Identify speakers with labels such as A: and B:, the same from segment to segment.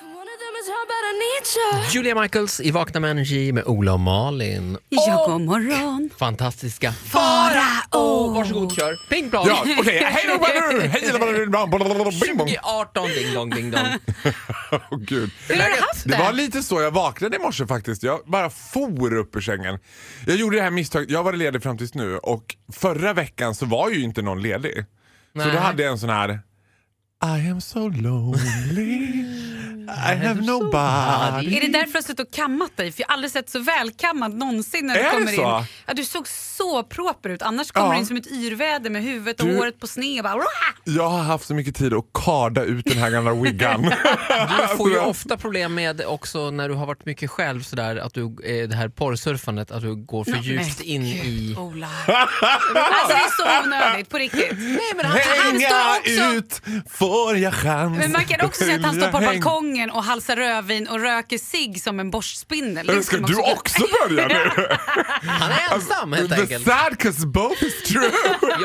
A: One of them is how bad I need you.
B: Julia Michaels i Vakna med Energy med Ola och Malin.
C: Ja, god morgon.
B: Fantastiska Farao! Varsågod, kör. Ping plong!
D: Ja, okej. Hej då, Baloo! Hej då, Baloo! Bam, bam, bam, bing, bong.
B: 2018, ding dong, ding dong.
D: Åh, Gud.
C: Hur har du haft det?
D: Det var lite så jag vaknade i morse faktiskt. Jag bara for upp ur sängen. Jag gjorde det här misstaget. Jag var ledig fram tills nu och förra veckan så var ju inte någon ledig. Så
B: Nej.
D: då hade jag en sån här I am so lonely. I have nobody.
C: Är det därför du har suttit och kammat dig? För jag har aldrig sett så välkammad någonsin när du
D: Är det
C: kommer
D: så?
C: in. Ja, du såg så proper ut. Annars kommer
D: Ja.
C: du in som ett yrväder med huvudet och
D: Du-
C: håret på sned. och Bara,
D: Jag har haft så mycket tid att karda ut den här gamla wiggan.
B: Du får ju ofta problem med också när du har varit mycket själv sådär att du, eh, det här porrsurfandet, att du går för djupt in i...
C: Ola. alltså, det är så onödigt på riktigt. Nej, men han, han står
D: Hänga
C: också...
D: ut får jag chans.
C: Men man kan också se att han
D: Vill
C: står på
D: jag häng-
C: balkongen och halsar rödvin och röker sig som en borstspindel. Liksom,
D: Eller
C: Det
D: ska
C: man
D: du också börja nu?
B: Han är
D: Alltså,
B: ensam helt
D: The
B: enkelt.
D: sad cause both is true.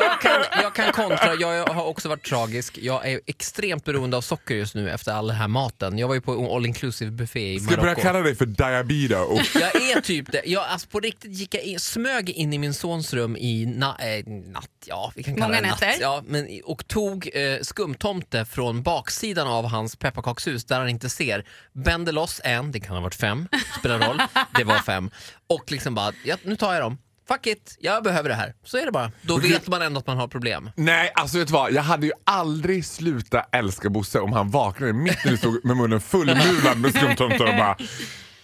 B: Jag kan, jag kan kontra, jag har också varit tragisk. Jag är extremt beroende av socker just nu efter all den här maten. Jag var ju på all inclusive buffé i
D: Ska jag börja
B: Marocko.
D: kalla dig för Diabedo?
B: Jag är typ det. Jag, alltså på riktigt gick jag in, smög in i min sons rum i na, eh, natt, ja vi kan kalla
C: Många
B: det natt.
C: nätter.
B: Ja, men, i- och tog eh, skumtomte från baksidan av hans pepparkakshus där han inte ser. Bände loss en, det kan ha varit fem, spelar roll. Det var fem. Och liksom bara, ja, nu tar jag dem. Fuck it, jag behöver det här. Så är det bara. Då vet man ändå att man har problem.
D: Nej, alltså vet du vad? Jag hade ju aldrig slutat älska Bosse om han vaknade mitt när du stod med munnen fullmulad med skumtomtar och bara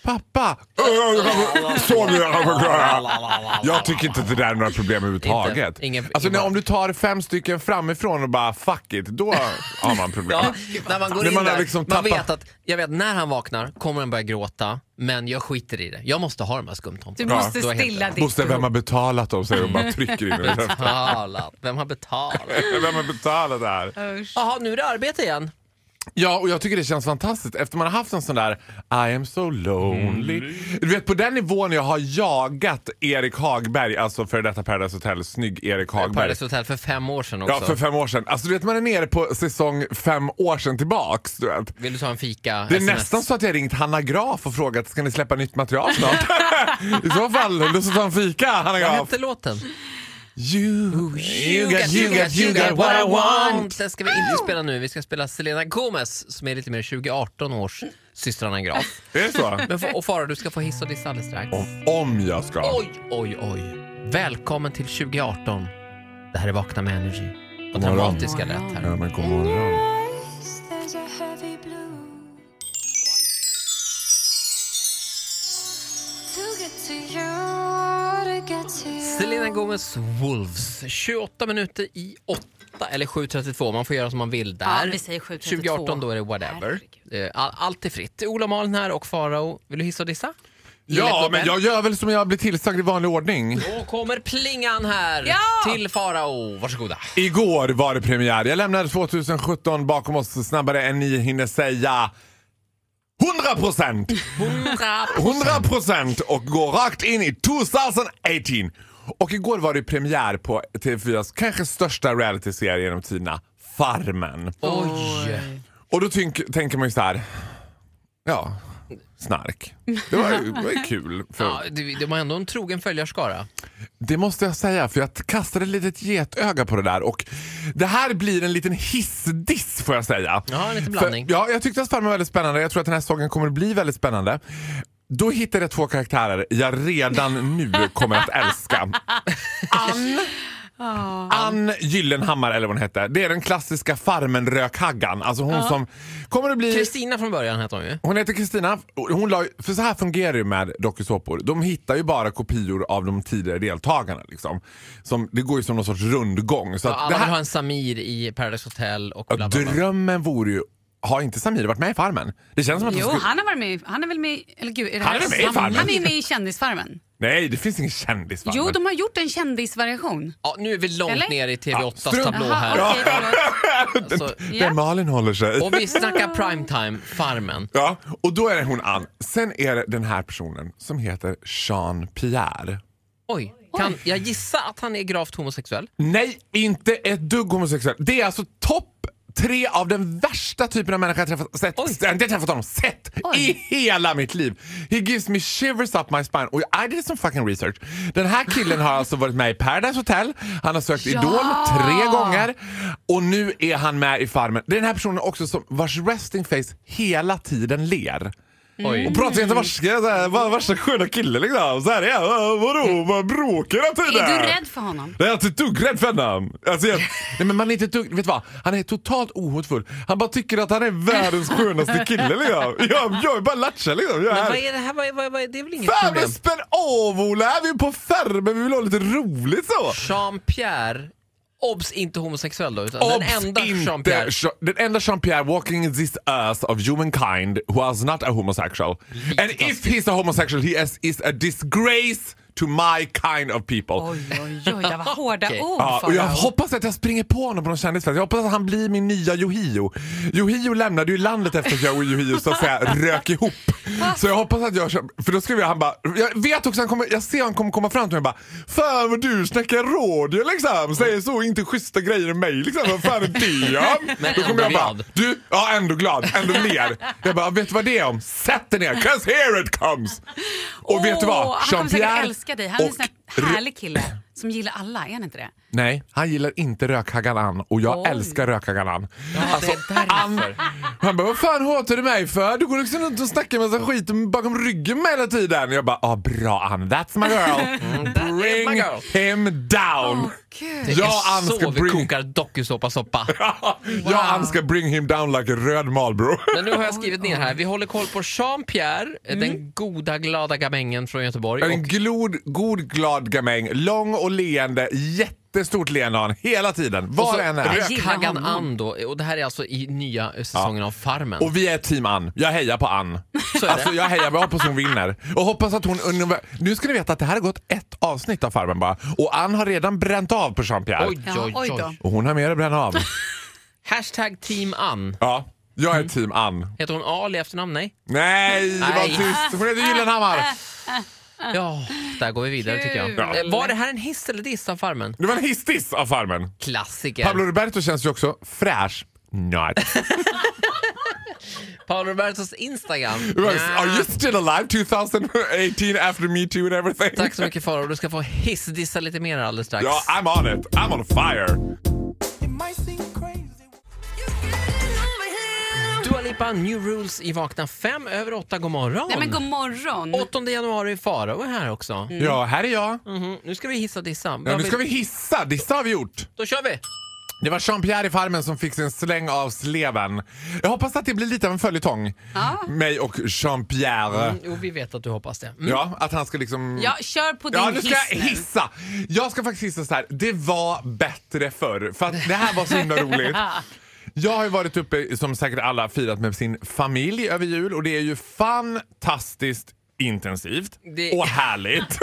D: Pappa! "Åh, jag kan- Så nu jag kan förklara. Jag tycker inte att det där är några problem överhuvudtaget.
B: Inte. Ingen-
D: Alltså
B: ingen-
D: när, om du tar fem stycken framifrån och bara fuck it, då har man problem.
B: Ja, när man går
D: När
B: in
D: man har
B: där,
D: liksom
B: man
D: tappat-
B: vet att jag vet, när han vaknar kommer han börja gråta, men jag skiter i det. Jag måste ha de här
C: Du
B: skumtomtarna.
C: måste
B: Då är jag helt
C: stilla ditt
D: Bosse, vem har betalat dem? Säger de bara trycker in i det.
B: Betalat? Vem har betalat?
D: Vem har betalat det här?
C: Usch.
B: Jaha, nu är det arbete igen.
D: Ja, och jag tycker det känns fantastiskt efter man har haft en sån där I am so lonely. Du vet på den nivån jag har jagat Erik Hagberg, alltså före detta Paradise Hotel, snygg Erik Hagberg.
B: Paradise Hotel för fem år sedan
D: Ja,
B: också.
D: för fem år sedan. Alltså du vet man är nere på säsong fem år sedan tillbaks. Du vet.
B: Vill du ta en fika?
D: Det är
B: SMS?
D: nästan så att jag ringt Hanna Graf och frågat ska ni släppa nytt material snart? I så fall, lust att ta en fika Hanna
B: Vad
D: Graf.
B: hette låten?
D: You, you got, you got, you got what I want.
B: Den ska vi inte spela nu. Vi ska spela Selena Gomez som är lite mer 2018 års systrarna Graf.
D: Är det så?
B: Men f- och Farao, du ska få hissa och dissa alldeles strax.
D: Om jag ska.
B: Oj, oj, oj. Välkommen till 2018. Det här är Vakna med Energy. Vad
D: morgon.
B: dramatiska lät
D: Ja,
B: här.
D: men god morgon.
A: There's a heavy blue. To get to you, to get to you.
B: Selena Gomez Wolves. 28 minuter i 8 eller 7.32. Man får göra som man vill där.
C: Ja, vi säger 7.32.
B: 2018 då är det whatever. Eh, All, allt är fritt. Ola och Malin här och Farao. Vill du hissa och dissa?
D: Ja, men jag gör väl som jag blir tillsagd i vanlig ordning.
B: Då kommer plingan här
C: Ja!
B: till Farao. Varsågoda.
D: Igår var det premiär. Jag lämnade 2017 bakom oss snabbare än ni hinner säga 100 procent!
C: Mm,
D: 100 procent och går rakt in i 2018! Och igår var det premiär på TV4s kanske största realityserie genom tiderna, Farmen.
B: Oj.
D: Och då tynk, tänker man ju så här, ja, snark. Det var ju det var ju kul. För,
B: Ja, det, det var ändå en trogen följarskara.
D: Det måste jag säga, för jag kastade ett litet getöga på det där. Och det här blir en liten hissdiss får jag säga.
B: Ja, en liten blandning.
D: För, ja, jag tyckte att Farmen var väldigt spännande. Jag tror att den här säsongen kommer att bli väldigt spännande. Då hittade jag två karaktärer jag redan nu kommer att älska. Ann, Ann Gyllenhammar, eller vad hon hette. Det är den klassiska Farmen-rökhaggan. Alltså hon som kommer att bli...
B: Kristina från början hette hon ju.
D: Hon heter Kristina. Hon la, för så här fungerar det ju med dokusåpor. De hittar ju bara kopior av de tidigare deltagarna. Liksom. Som, det går ju som någon sorts rundgång. Så
B: Ja,
D: att det
B: alla vill ha
D: här,
B: en Samir i Paradise Hotel och bla bla bla.
D: drömmen vore ju... Har inte Samir varit med i Farmen? Det känns som att de
C: Jo,
D: skulle-
C: han har varit med. Han är väl med, eller gud, är det
D: Han
C: här
D: är väl med i Farmen?
C: Han är med i Kändisfarmen.
D: Nej, det finns ingen kändis. va?
C: Jo,
D: Men-
C: de har gjort en kändisvariation.
B: Ja, nu är vi långt
C: Eller?
B: ner i TV8s
D: strunt.
B: tablå
C: Jaha,
B: här.
C: okej, förlåt.
B: Alltså,
D: Där Malin håller sig.
B: och vi snackar primetime, Farmen.
D: Ja, och då är det hon Ann. Sen är det den här personen som heter Jean Pierre.
B: Oj, kan jag gissa att han är gravt homosexuell?
D: Nej, inte ett dugg homosexuell. Det är alltså topp tre av den värsta typen av människa jag träffat, sett,
B: Oj.
D: jag har inte träffat honom, sett i hela mitt liv. He gives me shivers up my spine. Och I did some fucking research. Den här killen har alltså varit med i Paradise Hotel, han har sökt Idol tre gånger och nu är han med i Farmen. Det är den här personen också som vars resting face hela tiden ler.
B: Oj.
C: Mm.
D: Och pratar inte varska, såhär, va- värsta sköna killen liksom. Såhär är jag. Äh, Vadå, vad bråkar hela tiden?
C: Är du rädd för honom?
D: Nej, jag är inte ett dugg rädd för honom. Alltså, jag, nej, men man är inte ett dugg, vet du vad? Han är totalt ohotfull. Han bara tycker att han är världens skönaste kille. Liksom. Jag, jag är bara lattja liksom. Jag
B: Men vad
D: är,
B: är det här? Vad är, vad är, vad är, det är väl inget
D: Fan
B: problem?
D: men spänn av Ola! Här är Vi är på Fermen, vi vill ha lite roligt så.
B: Jean-Pierre, obs inte homosexuell då, utan
D: Obs,
B: den enda
D: inte
B: Jean-Pierre.
D: Jean- Den enda Jean-Pierre walking this earth of humankind who is not a homosexual. And if he's a homosexual he is, is a disgrace to my kind of people.
C: Oj, oj, oj, det var hårda
B: Okej.
C: ord
D: Ja, och jag
C: Farao.
D: hoppas att jag springer på honom på någon kändisfest. Jag hoppas att han blir min nya Yohio. Yohio lämnade ju landet efter att jag och Yohio så att säga rök ihop. Så jag hoppas att jag kör- för då skrev jag han bara, jag vet också han kommer, jag ser han kommer komma fram till mig och bara Fan vad du snackar radio liksom, säger så inte schyssta grejer om mig liksom, vad fan är det om?
B: Men
D: Då
B: ändå
D: kommer jag bara,
B: glad.
D: du, ja ändå glad, ändå ler. Jag bara, vet du vad det är om? Sätt dig ner, 'cause here it comes! Och vet du vad?
C: Åh, Han kommer säkert älska dig. Han är en
D: och
C: sån här härlig kille som gillar alla, är han inte det?
D: Nej, han gillar inte rökhaggan Ann och jag
C: Oj.
D: älskar rökhaggan Ann.
B: Alltså,
D: Ann han bara, vad fan hatar du mig för? Du går liksom runt och snackar massa skit bakom ryggen med hela tiden. Jag bara, ah, bra Ann, that's my girl.
B: Mm, that is my
D: Bring
B: girl.
D: him down.
C: Gud.
B: det är
D: jag, Ann, ska
B: så vi
D: bring,
B: kokar dokusåpasoppa.
D: jag Ann ska bring him down like a röd Marlboro.
B: Men nu har jag skrivit ner här, vi håller koll på Jean-Pierre, den goda glada gamängen från Göteborg.
D: Mm. En
B: Och
D: glod, god glad gamäng, lång och leende, jättestort leende har han hela tiden. Var än är.
C: Jag gillar
B: Rökhaggan
C: honom.
B: Ann då, och det här är alltså i nya säsongen av Farmen.
D: Och vi är team Ann. Jag hejar på Ann.
B: Så är det.
D: Alltså, jag hejar, men jag hoppas hon vinner. Och hoppas att hon... univer- Nu ska ni veta att det här har gått ett avsnitt av Farmen bara. Och Ann har redan bränt av på Jean-Pierre.
B: Oj,
C: Ja,
B: oj,
C: oj då.
B: oj.
D: Och hon har mer att bränna av.
B: Hashtag team Ann.
D: Ja, jag är team Ann.
B: Heter hon Ali i efternamn? Nej?
D: Nej, vad
B: Nej.
D: tyst. Hon heter Gyllenhammar.
B: Ja, där går vi vidare tycker jag.
C: Ah. Kul.
B: Eh, Var det här en hiss eller diss av Farmen?
D: Det var en hiss-diss av Farmen.
B: Klassiker.
D: Pablo
B: Pablo,
D: Roberto känns ju också fräsch. Nej.
B: Robertos Instagram.
D: Are you still alive 2018 after me too and everything?
B: Ah, Tack så mycket Farao, du ska få hissdissa lite mer alldeles strax.
D: Ja, I'm on it. I'm on fire.
B: Mm. Dua Lipa, New Rules i Vakna 5 över 8, god morgon.
C: Nej men god morgon.
B: 8 januari, Farao är här också.
D: Ja, här är jag.
B: Mhm, Nu ska vi hissa dissa.
D: Ja,
B: Vad
D: nu ska
B: vill-
D: vi hissa. Dissa har vi gjort.
B: Då kör vi!
D: Det var Jean-Pierre i Farmen som fick sin släng av sleven. Jag hoppas att det blir lite av en följetong. Mig och Jean-Pierre.
B: Jo, vi vet att du hoppas det. Mm.
D: Ja, att han ska liksom...
C: Mm. Ja, kör på din
D: Ja, nu ska
C: hiss
D: jag hissa! Jag ska faktiskt hissa så här. det var bättre förr. För att det här var så himla roligt. Jag har ju varit uppe, som säkert alla, firat med sin familj över jul och det är ju fantastiskt intensivt
B: Det-
D: och härligt.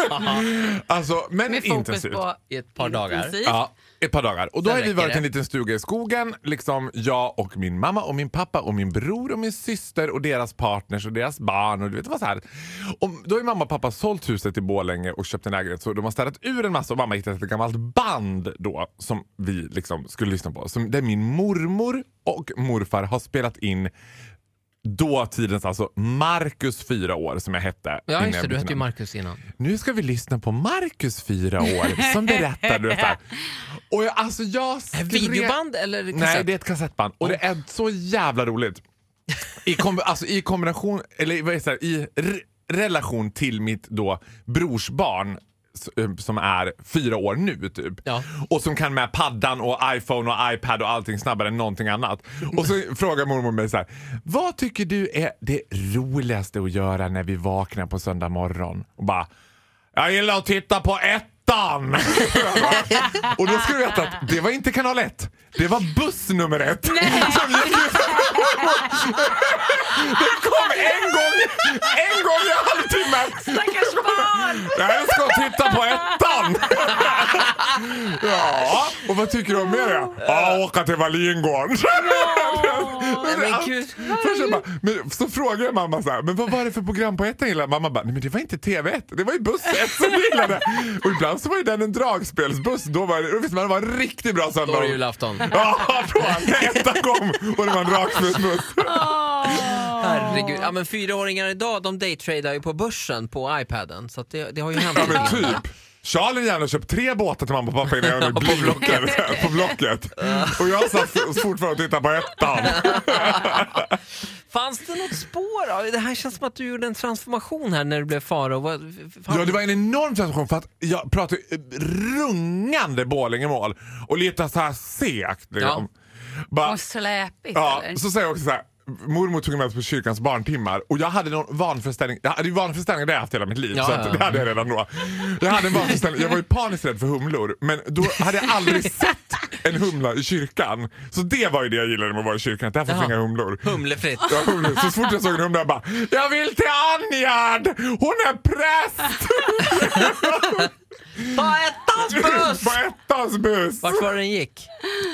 D: alltså, men
C: Med fokus
D: intensivt.
C: på
B: I ett par dagar.
C: intensivt.
D: Ja, ett par dagar. Och då
B: Sen
D: har vi
B: räcker
D: varit i
B: det.
D: en liten stuga i skogen. Liksom jag och min mamma och min pappa och min bror och min syster och deras partners och deras barn. Och du vet vad så här. Och då har ju mamma och pappa sålt huset i Borlänge och köpt en lägenhet. Så de har städat ur en massa och mamma hittade ett gammalt band då som vi liksom skulle lyssna på. Som, där min mormor och morfar har spelat in dåtidens alltså Marcus fyra år som jag hette.
B: Ja,
D: innan
B: just det.
D: jag
B: Du
D: bytte
B: hette ju
D: namn.
B: Marcus innan.
D: Nu ska vi lyssna på Marcus fyra år som berättar. Du vet, så här. och jag, alltså jag skrev...
B: Videoband eller
D: Nej,
B: kassett?
D: det är ett kassettband. Och det är så jävla roligt. I, kom, alltså, i kombination, eller vad heter det, i re- relation till mitt då brorsbarn s- eh, som är fyra år nu typ.
B: Ja.
D: Och som kan med paddan och iPhone och iPad och allting snabbare än någonting annat. Och så frågar mormor mig så här. Vad tycker du är det roligaste att göra när vi vaknar på söndag morgon? Och bara, jag gillar att titta på ettan! och då ska du veta att det var inte kanal 1. Det var buss nummer ett. Som gick, kom en gång, en gång i halvtimmen!
C: Stackars barn!
D: Jag ska titta på ettan! Ja, och vad tycker du om mer? då? Ja, åka till Wallingården.
B: Nej, men gud.
D: alltså, Först jag bara, men, så frågar jag mamma så här, men vad var det för program på ettan gillade? Mamma bara, nej men det var inte TV1, det var ju buss 1 som vi gillade. Och ibland så var ju den en dragspelsbuss, då, var, det- då visste man det var en riktigt bra
B: Då var det
D: söndag.
B: julafton.
D: Ja, då när ettan kom och det var en dragspelsbuss.
B: Herregud. Ja, men fyraåringar idag de daytradar ju på börsen på iPaden. Så att det, det har ju hänt.
D: Ja men typ. Charlie hade gärna köpt tre båtar till mamma och pappa innan jag blev
B: På Blocket.
D: blinkad på blocket. Och jag satt f- fortfarande och tittade på ettan.
B: Fanns det något spår? av- Det här känns som att du gjorde en transformation här när du blev farao. Vad- fan-
D: Ja, det var en enorm sensation för att jag pratade eh, rungande Borlängemål och lite så här segt. Liksom. Bara,
C: Och släpigt
D: ja,
C: eller?
D: så säger jag också så här. Mormor tog mig på kyrkans barntimmar och jag hade någon vanföreställning. Jag hade ju vanföreställningar det har jag haft hela mitt liv.
B: Ja,
D: så
B: ja,
D: att,
B: ja.
D: det hade jag redan då. Jag hade en vanföreställning. Jag var ju paniskt rädd för humlor men då hade jag aldrig sett en humla i kyrkan. Så det var ju det jag gillade med att vara i kyrkan. Att där fanns
B: Jaha.
D: inga humlor.
B: Humlefritt.
D: Ja, humlor. Så fort jag såg en humla jag bara Jag vill till Anjad! Hon är präst!
B: Ta ettans buss!
D: På ettans buss!
B: Vart var den gick?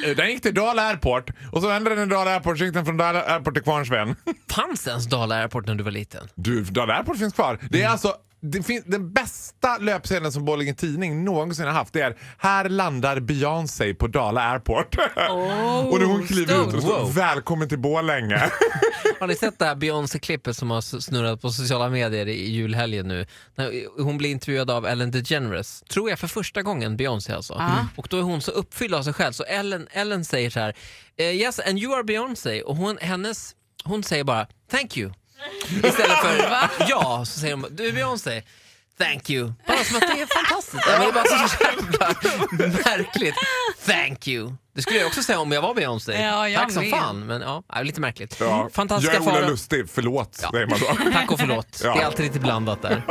D: Eh, Den gick till Dala Airport och så vände den i Dala Airport så gick den från Dala Airport till Kvarnsveden.
B: Fanns ens Dala Airport när du var liten?
D: Du, Dala Airport finns kvar. Det är alltså det fin- den bästa löpsedeln som Borlänge Tidning någonsin har haft. Det är Här landar Beyoncé på Dala Airport.
B: Oh,
D: och när hon kliver ut och står
B: Wow.
D: Välkommen till Borlänge.
B: Har ni sett det här Beyoncé-klippet som har s- snurrat på sociala medier i i julhelgen nu? När Hon blir intervjuad av Ellen DeGeneres, tror jag för första gången, Beyoncé alltså.
C: Ah.
B: Och då är hon så uppfylld av sig själv så Ellen, Ellen säger så här, "Eh, “Yes, and you are Beyoncé” och hon, hennes, hon säger bara “Thank you” istället för “Ja” så säger hon “Du är Beyoncé”. Thank you. Bara som att det är fantastiskt. Ja, men Det är bara så jävla märkligt. Thank you. Det skulle jag också säga om jag var Beyoncé.
C: Ja, jag
B: Tack som
C: med.
B: fan. Men ja, ja, lite märkligt.
D: Ja. Jag
B: Fantastiska
D: är Ola
B: faror.
D: Lustig, förlåt
B: Ja.
D: säger man då.
B: Tack och förlåt.
D: Ja.
B: Det är alltid lite blandat där.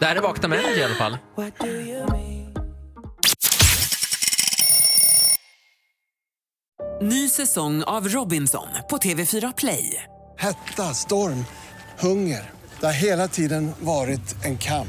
B: Det här är Vakna med Energy i alla fall.
E: Ny säsong av Robinson på TV4 Play.
F: Hetta, storm, hunger. Det har hela tiden varit en kamp.